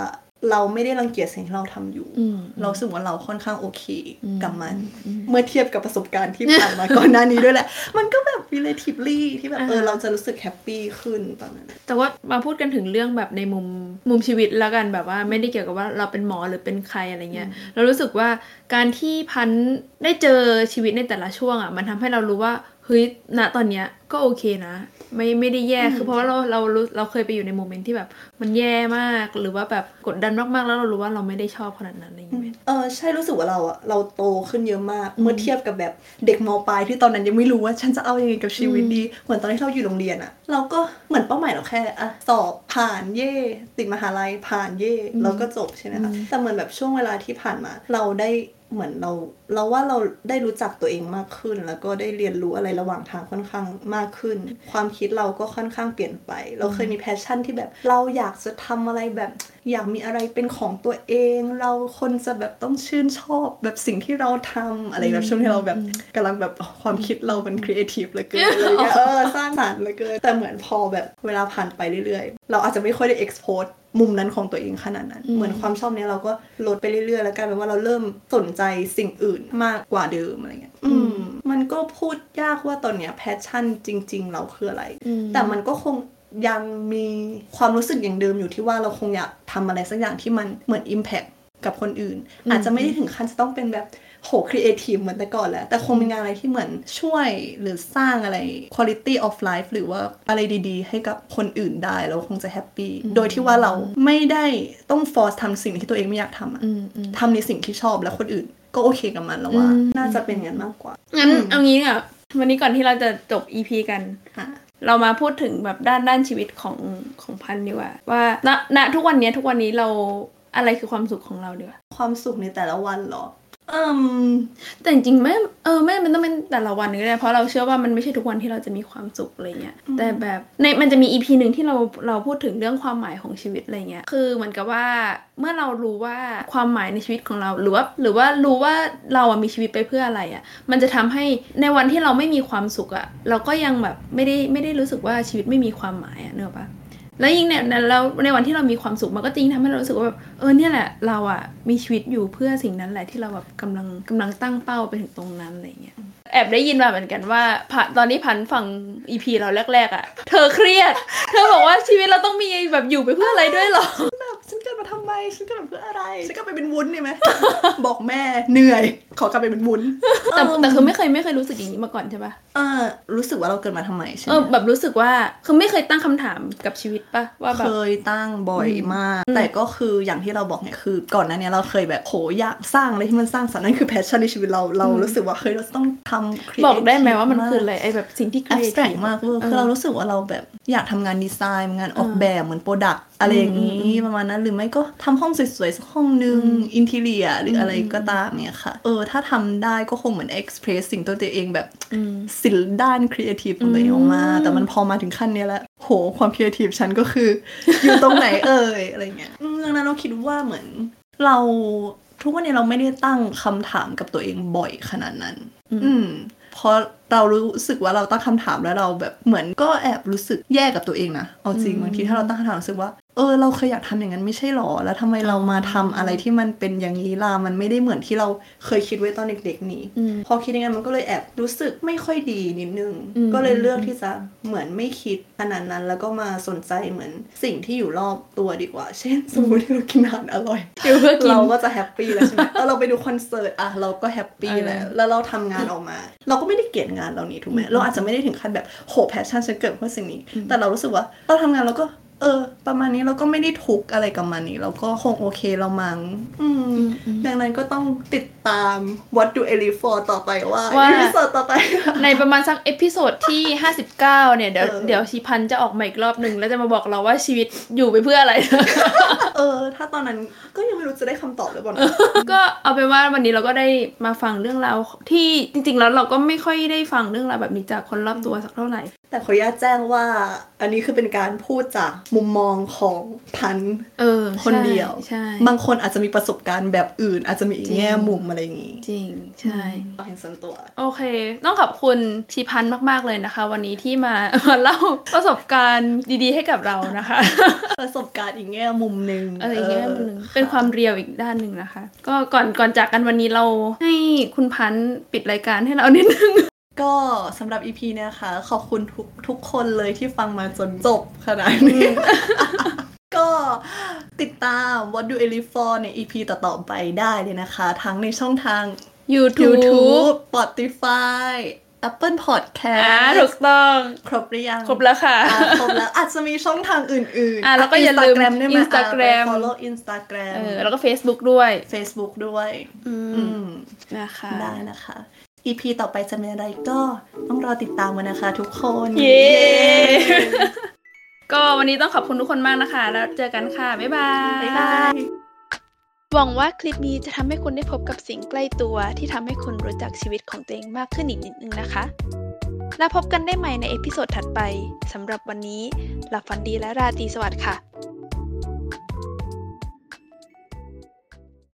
เราไม่ได้รังเกียจสิ่งที่เราทำอยู่ อืม เรารู้สึกว่าเราค่อนข้างโอเค อืม กับมัน อืม เมื่อเทียบกับประสบการณ์ที่ผ่านมา ก่อนหน้านี้ด้วยแหละ มันก็แบบ relatively ที่แบบเออ อ่า เราจะรู้สึกแฮปปี้ขึ้นตอนนั้น แต่ว่ามาพูดกันถึงเรื่องแบบในมุมมุมชีวิตแล้วกันแบบว่าไม่ได้เกี่ยวกับว่าเราเป็นหมอหรือเป็นใครอะไรเงี้ยเรารู้สึกว่าการที่พันธุ์ได้เจอชีวิตในแต่ละช่วงอ่ะมันทำให้เรารู้ว่าเฮ้ยณตอนเนี้ยก็โอเคนะ ไม่ไม่ได้แย่คือเพราะว่าเราเรารู้เราเคยไปอยู่ในโมเมนต์ที่แบบมันแย่มากหรือว่าแบบกดดันมากๆแล้วเรารู้ว่าเราไม่ได้ชอบขนาดนั้นอะไรอย่างเงี้ย เออใช่รู้สึกว่าเราอะเราโตขึ้นเยอะมาก เมื่อเทียบกับแบบเด็กมปลายที่ตอนนั้นยังไม่รู้ว่าฉันจะเอายังไงกับชีวิตดี เหมือนตอนที่เราอยู่โรงเรียนอะเราก็เหมือนเป้าหมายเราแค่อะสอบผ่านเย่ติดมหาลัยผ่านเย่แล้วก็จบใช่ไหมคะแต่เหมือนแบบช่วงเวลาที่ผ่านมา เราได้เหมือนเราเราว่าเราได้รู้จักตัวเองมากขึ้น แล้วก็ได้เรียนรู้อะไรระหว่างทางค่อนข้างมากขึ้น ความคิดเราก็ค่อนข้างเปลี่ยนไป เราเคยมีแพชชั่นที่แบบเราอยากจะทำอะไรแบบ อยากมีอะไรเป็นของตัวเอง เราคนจะแบบต้องชื่นชอบแบบสิ่งที่เราทำอะไรแบบช่วงที่เราแบบกำลังแบบความคิดเรามันครีเอทีฟเหลือเกิน [laughs] อะไรเงี้ยเออสร้างสรรค์เหลือเกินแต่เหมือนพอแบบเวลาผ่านไปเรื่อยๆ เราอาจจะไม่ค่อยได้เอ็กซ์โพสมุมนั้นของตัวเองขนาดนั้น อืม เหมือนความชอบเนี้ยเราก็ลดไปเรื่อยๆ แล้วกลายเป็นว่าเราเริ่มสนใจสิ่งอื่นมากกว่าเดิมอะไรเงี้ยอืมมันก็พูดยากว่าตอนเนี้ยแพชชั่นจริง ๆ เราคืออะไร อืม แต่มันก็คงยังมีความรู้สึกอย่างเดิมอยู่ที่ว่าเราคงอยากทำอะไรสักอย่างที่มันเหมือน Impact กับคนอื่น อาจจะไม่ได้ถึงขั้นจะต้องเป็นแบบโหครีเอทีฟเหมือนแต่ก่อนแล้ว แต่คงเป็นงานอะไรที่เหมือนช่วยหรือสร้างอะไร quality of life หรือว่าอะไรดีๆ ให้กับคนอื่นได้เราคงจะแฮปปี้โดยที่ว่าเราไม่ได้ต้อง force ทำสิ่งที่ตัวเองไม่อยากทำอะ อืมอืม ทำในสิ่งที่ชอบและคนอื่น ก็โอเคกับมันแล้วว่า อืม น่าจะเป็นงั้นมากกว่า งั้น อืม เอางี้ค่ะวันนี้ก่อนที่เราจะจบ EP กัน อ่ะ เรามาพูดถึงแบบด้านด้านชีวิตของของพันธุ์ดีกว่า ว่าณณทุกวันเนี้ยทุกวันนี้เราอะไรคือความสุขของเราดีกว่า ความสุขในแต่ละวันเหรออืม แต่จริงๆไม่เออไม่มันต้องเป็นแต่ละวันนึงเลยเพราะเราเชื่อว่ามันไม่ใช่ทุกวันที่เราจะมีความสุขอะไรเงี้ยแต่แบบในมันจะมี EP หนึ่งที่เราเราพูดถึงเรื่องความหมายของชีวิตอะไรเงี้ยคือเหมือนกับว่าเมื่อเรารู้ว่าความหมายในชีวิตของเราหรือว่าหรือว่ารู้ว่าเราอะมีชีวิตไปเพื่ออะไรอะ มันจะทำให้ในวันที่เราไม่มีความสุขอะเราก็ยังแบบไม่ได้ไม่ได้รู้สึกว่าชีวิตไม่มีความหมายอะเนกอะปะแล้วยิ่งเนี่ยแล้วในวันที่เรามีความสุขมันก็จริงทำให้เรารู้สึกว่าแบบเออเนี่ยแหละเราอะมีชีวิตอยู่เพื่อสิ่งนั้นแหละที่เราแบบกำลังกำลังตั้งเป้าไปถึงตรงนั้นอะไรเงี้ยแอบได้ยินมาเหมือนกันว่าผ่านตอนนี้พันฝั่งอีพีเราแรกๆอะเธอเครียด เธอบอกว่าชีวิตเราต้องมีแบบอยู่ไปเพื่ออะไรด้วยเหรอ แบบฉันเกิดมาทำไม ฉันเกิดมาเพื่ออะไร ฉันก็ไปเป็นวุ้นได้ไหม บอกแม่เหนื่อย ขอกลับไปเป็นวุ้น แต่ เม แต่คือไม่เคยไม่เคยรู้สึกอย่างนี้มาก่อนใช่ปะ เออรู้สึกว่าเราเกิดมาทำไมใช่ไห เออ ม แบบรู้สึกว่าคือไม่เคยตั้งคำถามกับชีวิตปะว่าแบ เค บ ยตั้งบ่อยมาก แต่ก็คืออย่างที่เราบอกเนี่ยคือ ก่อนหน้าเนี้เราเคยแบบโหอยากสร้างอะไรที่มันสร้างสรรค์นั่นคือแพชชั่นในชีวิตเราเรารู้สึกว่าเฮ้ยเราต้องทำ creative บอกได้ไหมว่ามันคืออะไรไอแบบสิ่งที่ แอบสแตร creative กมากเวอร์ เออ คือเรารู้สึกว่าเราแบบอยากทำงานดีไซน์งานออกแบบเหมือนโปรดักอะไรอย่างนี้ประมาณนั้นหรือไม่ก็ทำห้องสวยๆสักห้องนึงอินทีเรียหรืออะไรก็ตามเนี่ยค่ะ เออ ถ้าทำได้ก็คงเหมือนเอ็กซ์เพรสสิ่งตัวตัวเองแบบศิลป์ด้านครีเอทีฟของตัวเองออกมา แต่มันพอมาถึงขั้นเนี้ยแล้วโหความครีเอทีฟฉันก็คือ อยู่ตรงไหนเอ่ยอะไรเงี้ยอืมดังนั้นเราคิดว่าเหมือนเราทุกวันนี้เราไม่ได้ตั้งคำถามกับตัวเองบ่อยขนาดนั้น อืม อืม เพราะเรารู้สึกว่าเราตั้งคำถามแล้วเราแบบเหมือนก็แอบรู้สึกแย่กับตัวเองนะเอาจริงบางทีถ้าเราตั้งคำถามรู้สึกว่า เออ เราเคยอยากทำอย่างนั้นไม่ใช่หรอ แล้วทำไมเรามาทำอะไรที่มันเป็นอย่างนี้ล่ะมันไม่ได้เหมือนที่เราเคยคิดไว้ตอนเด็กๆนี้ อืม พอคิดอย่างนั้นมันก็เลยแอบรู้สึกไม่ค่อยดีนิดนึง อืม ก็เลยเลือกที่จะเหมือนไม่คิดขนาดนั้น แล้วก็มาสนใจเหมือนสิ่งที่อยู่รอบตัวดีกว่า เช่น สมมติเรากินอาหารอร่อย อยู่เพื่อกิน เราก็จะแฮปปี้แล้วใช่ไหม แล้วเราไปดูคอนเสิร์ตอ่ะเราก็แฮปปี้แล้ว เออ แล้วเราทำงานออกมา เราก็ไม่ได้เกลียดงานเรานี้ถูกไหมเราอาจจะไม่ได้ถึงขั้นแบบโหแพชชั่นฉันเกิดเพื่อสิ่งนี้ แต่เรารู้สึกว่าเราทำงานเราก็ เออ ประมาณนี้เราก็ไม่ได้ทุกข์อะไรกับมันนี้เราก็คงโอเคเรามั้งอืมดังนั้นก็ต้องติดตาม What do e l i f o r ต่อไปว่า ว่า อีพิโซดต่อไป ในประมาณสักเอพิโซดที่ 59 เนี่ยเดี๋ยว เออ เดี๋ยวชีพันธุ์จะออกมาอีกรอบหนึ่งแล้วจะมาบอกเราว่าชีวิตอยู่ไปเพื่ออะไร [laughs] เออ ถ้าตอนนั้นก็ยังไม่รู้จะได้คำตอบหรือเป [laughs] ล่านะ ก็เอาเป็นว่าวันนี้เราก็ได้มาฟังเรื่องราวที่จริง ๆ แล้วเราก็ไม่ค่อยได้ฟังเรื่องราวแบบนี้จากคนรอบตัวสักเท่าไหร่ แต่ขออนุญาตแจ้งว่า อันนี้คือเป็นการพูดจากมุมมองของพันธุ์ เออ คนเดียว ใช่ บางคนอาจจะมีประสบการณ์แบบอื่น อาจจะมีอีกแง่มุมอะไรอย่างนี้ จริงใช่ ต่อเห็นส่วนตัว โอเค ต้องขอบคุณชีพันธ์มาก ๆ เลยนะคะ วันนี้ที่มา [laughs] มาเล่าประสบการณ์ดีๆ ให้กับเรานะคะ ประสบการณ์อีกแง่มุมหนึ่ง อะไรอย่างเงี้ยมันหนึ่ง ออ เป็นความเรียวอีกด้านหนึ่งนะคะ ก็ก่อนก่อนจากกันวันนี้เราให้คุณพันธ์ปิดรายการให้เรานิดนึง ก็สำหรับ EP เนยนะคะ ขอบคุณทุกทุกคนเลยที่ฟังมาจนจบขนาดนี้ [laughs] ก็ติดตาม What Do e l i f o r ใน EP ต่อๆไปได้เลยนะคะ ทั้งในช่องทาง YouTube YouTube Spotify Apple อ่า Podcast ถูกต้อง ครบหรือยัง ครบแล้วค่ะ อ่ะครบแล้วอาจจะมีช่องทางอื่นๆ อ่ะแล้วก็อย่าลืม Instagram ด้วยไหมอ่ะ Instagram ไป follow Instagram เออแล้วก็ Facebook ด้วย Facebook ด้วย อื อืม นะคะ ได้นะคะ EP ต่อไปจะเป็นอะไรก็ต้องรอติดตามกันนะคะทุกคน เย้ ก็วันนี้ต้องขอบคุณทุกคนมากนะคะ แล้วเจอกันค่ะ บ๊ายบาย บ๊ายบาย หวังว่าคลิปนี้จะทำให้คุณได้พบกับสิ่งใกล้ตัว ที่ทำให้คุณรู้จักชีวิตของตัวเองมากขึ้นอีกนิดนึงนะคะ แล้วพบกันได้ใหม่ในเอพิโซดถัดไปสำหรับวันนี้หลับฝันดีและราตรีสวัสดิ์ค่ะ